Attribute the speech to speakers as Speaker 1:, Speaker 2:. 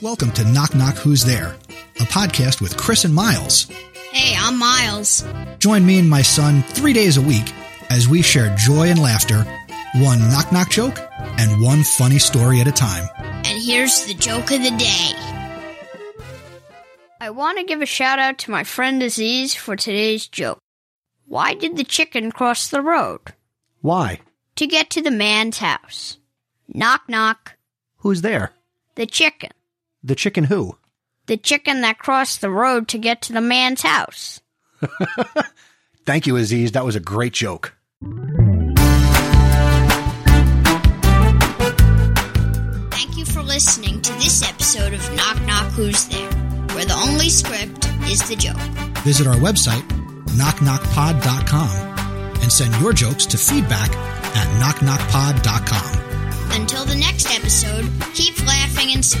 Speaker 1: Welcome to Knock Knock Who's There, a podcast with Chris and Miles.
Speaker 2: Hey, I'm Miles.
Speaker 1: Join me and my son three days a week as we share joy and laughter, one knock knock joke, and one funny story at a time.
Speaker 2: And here's the joke of the day. I want to give a shout out to my friend Aziz for today's joke. Why did the chicken cross the road?
Speaker 1: Why?
Speaker 2: To get to the man's house. Knock, knock.
Speaker 1: Who's there?
Speaker 2: The chicken.
Speaker 1: The chicken who?
Speaker 2: The chicken that crossed the road to get to the man's house.
Speaker 1: Thank you, Aziz. That was a great joke.
Speaker 2: Thank you for listening to this episode of Knock Knock Who's There, where the only script is the joke.
Speaker 1: Visit our website, knockknockpod.com, and send your jokes to feedback at knockknockpod.com.
Speaker 2: Until the next episode, keep laughing and smiling.